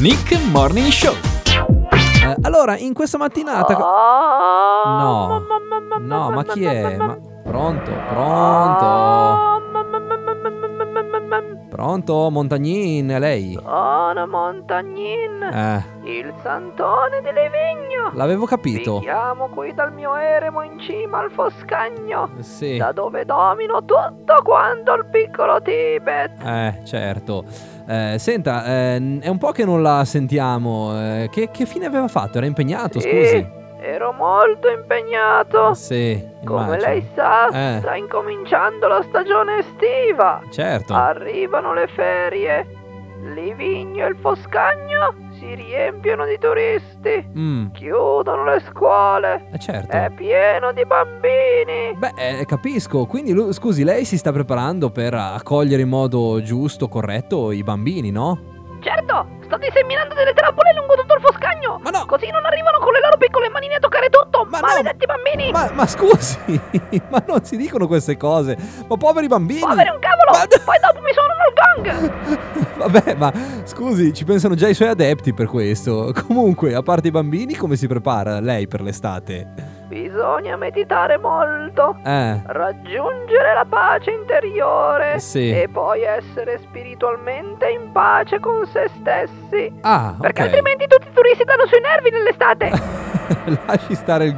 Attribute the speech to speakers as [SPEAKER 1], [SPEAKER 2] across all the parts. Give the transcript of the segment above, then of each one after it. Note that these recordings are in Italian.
[SPEAKER 1] Nick Morning Show. Eh, allora, in questa mattinata... Ah,
[SPEAKER 2] Oh.
[SPEAKER 1] No, no, ma chi è? Ma- Pronto, pronto.
[SPEAKER 2] Oh,
[SPEAKER 1] Pronto, Montagnin, è lei?
[SPEAKER 2] Sono Montagnin,
[SPEAKER 1] Eh,
[SPEAKER 2] il santone di Levegno.
[SPEAKER 1] l'avevo
[SPEAKER 2] Vi
[SPEAKER 1] capito.
[SPEAKER 2] chiamo qui dal mio eremo in cima al Foscagno,
[SPEAKER 1] Sì.
[SPEAKER 2] da dove domino tutto quanto il piccolo Tibet.
[SPEAKER 1] Eh, certo. Eh, senta, eh, è un po' che non la sentiamo. eh, che, che fine aveva fatto? Era impegnato,
[SPEAKER 2] Sì,
[SPEAKER 1] scusi.
[SPEAKER 2] ero molto impegnato.
[SPEAKER 1] Sì,
[SPEAKER 2] Come
[SPEAKER 1] immagino.
[SPEAKER 2] lei sa,
[SPEAKER 1] Eh.
[SPEAKER 2] sta incominciando la stagione estiva.
[SPEAKER 1] Certo.
[SPEAKER 2] Ah. Arrivano le ferie. Livigno e il Foscagno si riempiono di turisti.
[SPEAKER 1] Mm,
[SPEAKER 2] Chiudono le scuole.
[SPEAKER 1] eh, certo.
[SPEAKER 2] È pieno di bambini.
[SPEAKER 1] Beh, eh, capisco. Quindi, lu- scusi, lei si sta preparando per accogliere in modo giusto, corretto i bambini, no?
[SPEAKER 2] Certo, sto disseminando delle trappole lungo tutto il Foscagno.
[SPEAKER 1] Ma no!
[SPEAKER 2] Così non arrivano con le loro piccole manine a toccare tutto.
[SPEAKER 1] Ma no!
[SPEAKER 2] Maledetti bambini.
[SPEAKER 1] Ma, ma scusi, ma non si dicono queste cose. Ma poveri bambini!
[SPEAKER 2] Poveri un cavolo.
[SPEAKER 1] Ma-
[SPEAKER 2] Poi dopo mi suonano il gong.
[SPEAKER 1] Vabbè, ma scusi, ci pensano già i suoi adepti per questo. Comunque, a parte i bambini, come si prepara lei per l'estate?
[SPEAKER 2] Bisogna meditare molto,
[SPEAKER 1] Eh,
[SPEAKER 2] raggiungere la pace interiore
[SPEAKER 1] Sì.
[SPEAKER 2] e poi essere spiritualmente in pace con se stessi.
[SPEAKER 1] ah,
[SPEAKER 2] Perché
[SPEAKER 1] ok.
[SPEAKER 2] altrimenti tutti i turisti danno sui nervi nell'estate.
[SPEAKER 1] Lasci stare il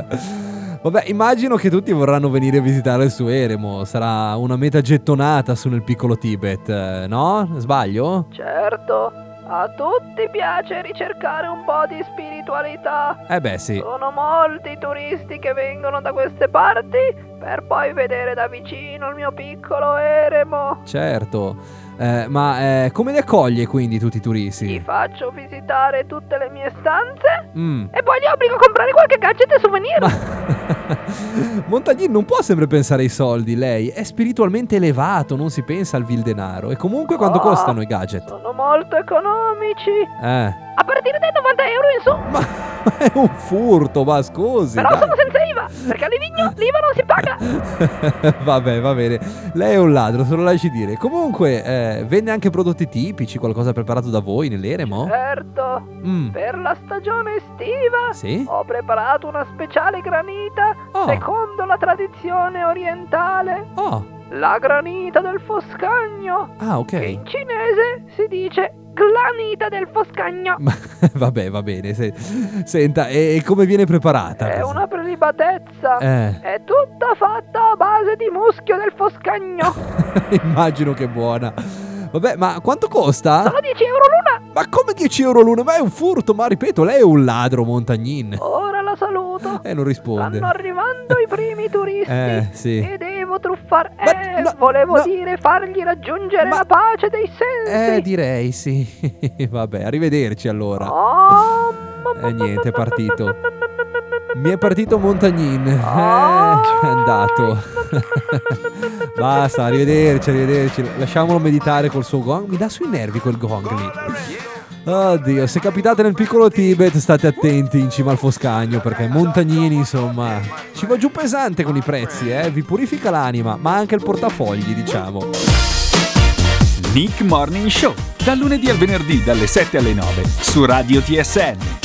[SPEAKER 1] gong. Vabbè, immagino che tutti vorranno venire a visitare il suo eremo. Sarà una meta gettonata su nel piccolo Tibet, eh, no? Sbaglio?
[SPEAKER 2] certo, a tutti piace ricercare un po' di spiritualità.
[SPEAKER 1] Eh beh, sì.
[SPEAKER 2] Sono molti i turisti che vengono da queste parti per poi vedere da vicino il mio piccolo eremo.
[SPEAKER 1] Certo. Eh, ma eh, come li accoglie quindi tutti i
[SPEAKER 2] Gli
[SPEAKER 1] turisti?
[SPEAKER 2] faccio visitare tutte le mie stanze
[SPEAKER 1] Mm.
[SPEAKER 2] e poi gli obbligo a comprare qualche gadget e souvenir.
[SPEAKER 1] Ma... Montagnin non può sempre pensare ai soldi, lei è spiritualmente elevato, non si pensa al vil denaro. E comunque quanto
[SPEAKER 2] Oh,
[SPEAKER 1] costano i gadget?
[SPEAKER 2] Sono molto economici.
[SPEAKER 1] Eh,
[SPEAKER 2] A partire dai 90 euro in su.
[SPEAKER 1] ma è un furto, ma scusi.
[SPEAKER 2] Però
[SPEAKER 1] dai.
[SPEAKER 2] sono senza IVA. Perché a Livigno l'IVA non si paga.
[SPEAKER 1] Vabbè, va bene. Lei è un ladro, se lo lasci dire. Comunque, eh, vende anche prodotti tipici, qualcosa preparato da voi nell'eremo?
[SPEAKER 2] Certo,
[SPEAKER 1] Mm,
[SPEAKER 2] per la stagione estiva
[SPEAKER 1] sì?
[SPEAKER 2] ho preparato una speciale granita
[SPEAKER 1] Oh,
[SPEAKER 2] secondo la tradizione orientale.
[SPEAKER 1] oh,
[SPEAKER 2] La granita del Foscagno.
[SPEAKER 1] ah,
[SPEAKER 2] Che
[SPEAKER 1] ok.
[SPEAKER 2] in cinese si dice glanita del Foscagno.
[SPEAKER 1] Ma- Vabbè, va bene. se- Senta, e e come viene preparata?
[SPEAKER 2] È
[SPEAKER 1] questa-
[SPEAKER 2] una prelibatezza.
[SPEAKER 1] Eh.
[SPEAKER 2] È tutta fatta a base di muschio del foscagno.
[SPEAKER 1] Ah. Immagino che buona. Vabbè, ma quanto costa?
[SPEAKER 2] Sono 10 euro l'una.
[SPEAKER 1] Ma come 10 euro l'una? Ma è un furto, ma ripeto, lei è un ladro, Montagnin.
[SPEAKER 2] Ora la saluto.
[SPEAKER 1] E non risponde.
[SPEAKER 2] Stanno arrivando i primi turisti.
[SPEAKER 1] Eh, sì.
[SPEAKER 2] E devo truffare.
[SPEAKER 1] Ma
[SPEAKER 2] Eh,
[SPEAKER 1] no,
[SPEAKER 2] volevo
[SPEAKER 1] no.
[SPEAKER 2] dire fargli raggiungere
[SPEAKER 1] Ma-
[SPEAKER 2] la pace dei sensi.
[SPEAKER 1] Eh, direi sì. Vabbè, arrivederci allora.
[SPEAKER 2] Oh,
[SPEAKER 1] Eh, niente, è partito. Mi è partito Montagnin. Eh,
[SPEAKER 2] Ah.
[SPEAKER 1] c'è andato. Basta, arrivederci, arrivederci. Lasciamolo meditare col suo gong. Mi dà sui nervi quel gong lì. Oddio, se capitate nel piccolo Tibet state attenti in cima al Foscagno perché Montagnini, insomma, ci va giù pesante con i prezzi, eh? Vi purifica l'anima, ma anche il portafogli, diciamo.
[SPEAKER 3] Nick Morning Show, dal lunedì al venerdì dalle 7 alle 9 su Radio TSN.